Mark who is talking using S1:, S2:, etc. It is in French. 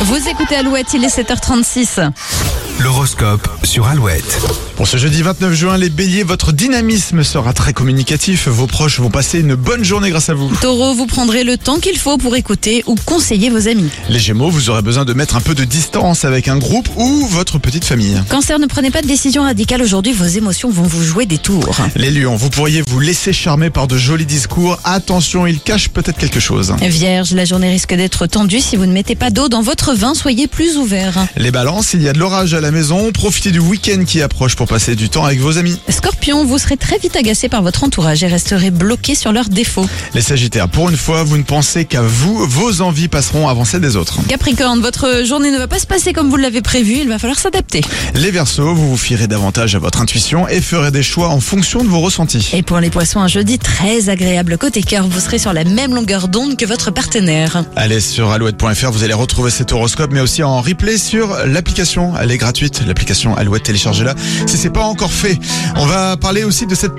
S1: Vous écoutez Alouette, il est 7h36.
S2: L'horoscope sur Alouette.
S3: Pour ce jeudi 29 juin, les béliers, votre dynamisme sera très communicatif. Vos proches vont passer une bonne journée grâce à vous.
S1: Taureau, vous prendrez le temps qu'il faut pour écouter ou conseiller vos amis.
S3: Les gémeaux, vous aurez besoin de mettre un peu de distance avec un groupe ou votre petite famille.
S1: Cancer, ne prenez pas de décision radicale aujourd'hui, vos émotions vont vous jouer des tours.
S3: Les lions, vous pourriez vous laisser charmer par de jolis discours. Attention, ils cachent peut-être quelque chose.
S1: Vierge, la journée risque d'être tendue si vous ne mettez pas d'eau dans votre vin, soyez plus ouvert.
S3: Les balances, il y a de l'orage à la maison. Profitez du week-end qui approche pour passer du temps avec vos amis.
S1: Scorpion, vous serez très vite agacé par votre entourage et resterez bloqué sur leurs défauts.
S3: Les sagittaires, pour une fois, vous ne pensez qu'à vous. Vos envies passeront avant celles des autres.
S1: Capricorne, votre journée ne va pas se passer comme vous l'avez prévu, il va falloir s'adapter.
S3: Les versos, vous vous fierez davantage à votre intuition et ferez des choix en fonction de vos ressentis.
S1: Et pour les poissons, un jeudi très agréable côté cœur, vous serez sur la même longueur d'onde que votre partenaire.
S3: Allez sur alouette.fr, vous allez retrouver cet horoscope, mais aussi en replay sur l'application. Elle est gratuite, l'application Alouette, téléchargez-la si c'est pas encore fait. On va parler aussi de cette